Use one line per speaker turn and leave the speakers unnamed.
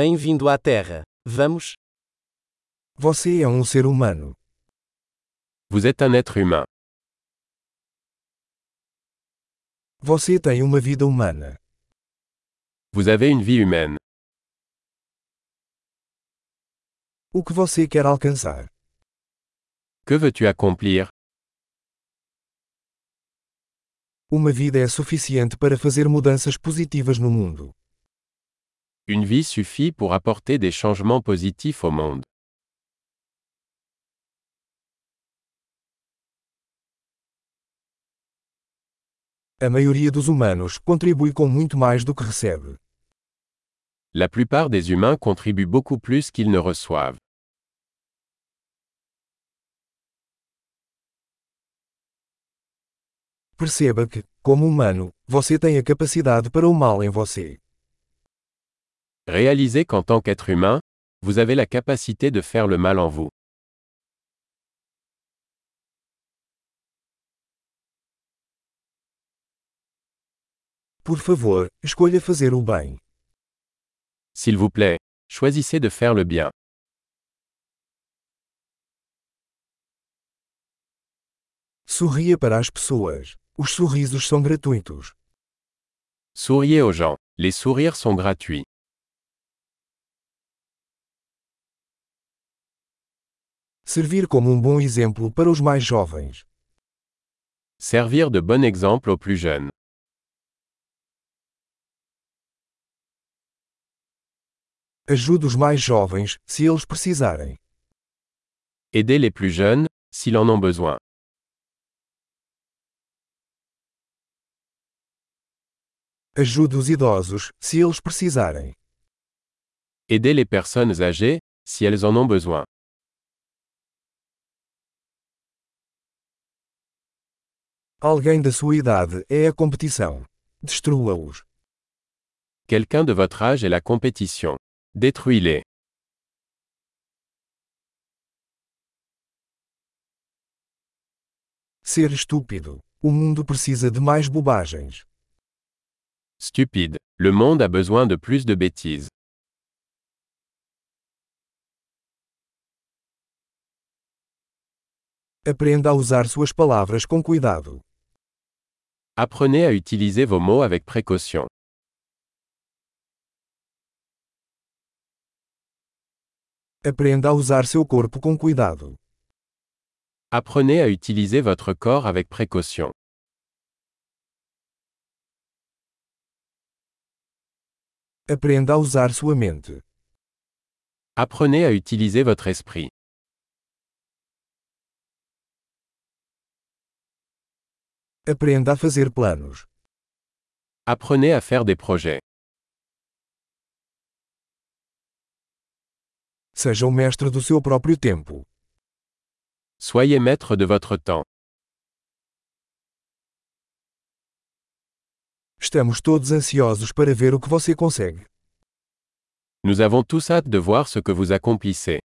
Bem-vindo à Terra. Vamos?
Você é um ser humano.
Vous êtes un être humain.
Você tem uma vida humana.
Vous avez une vie humaine.
O que você quer alcançar?
Que veux-tu accomplir
Uma vida é suficiente para fazer mudanças positivas no mundo.
Une vie suffit pour apporter des changements positifs au monde.
A maioria dos humanos contribui com muito mais do que recebe.
La plupart des humains contribuent beaucoup plus qu'ils ne reçoivent.
Perceba que, como humano, você tem a capacidade para o mal em você.
Réalisez qu'en tant qu'être humain, vous avez la capacité de faire le mal en vous.
Por favor, escolha fazer o bem.
S'il vous plaît, choisissez de faire le bien.
Sorria para as pessoas. Os sorrisos são gratuitos.
Souriez aux gens. Les sourires sont gratuits.
Servir como um bom exemplo para os mais jovens.
Servir de bon exemple aux plus jeunes.
Ajude os mais jovens, se eles precisarem.
Aidez les plus jeunes, s'ils en ont besoin.
Ajude os idosos, se eles precisarem.
Aidez les personnes âgées, si elles en ont besoin.
Alguém da sua idade é a competição. Destrua-os.
Quelqu'un de votre âge est la compétition. Détruis-les.
Ser estúpido. O mundo precisa de mais bobagens.
Stupide. Le monde a besoin de plus de bêtises.
Aprenda a usar suas palavras com cuidado.
Apprenez à utiliser vos mots avec précaution.
Aprenda a usar seu corpo com cuidado.
Apprenez à utiliser votre corps avec précaution.
Aprenda a usar sua mente.
Apprenez à utiliser votre esprit.
Aprenda a fazer planos.
Apprenez à faire des projets.
Seja o mestre do seu próprio tempo.
Soyez maître de votre temps.
Estamos todos ansiosos para ver o que você consegue.
Nous avons tous hâte de voir ce que vous accomplissez.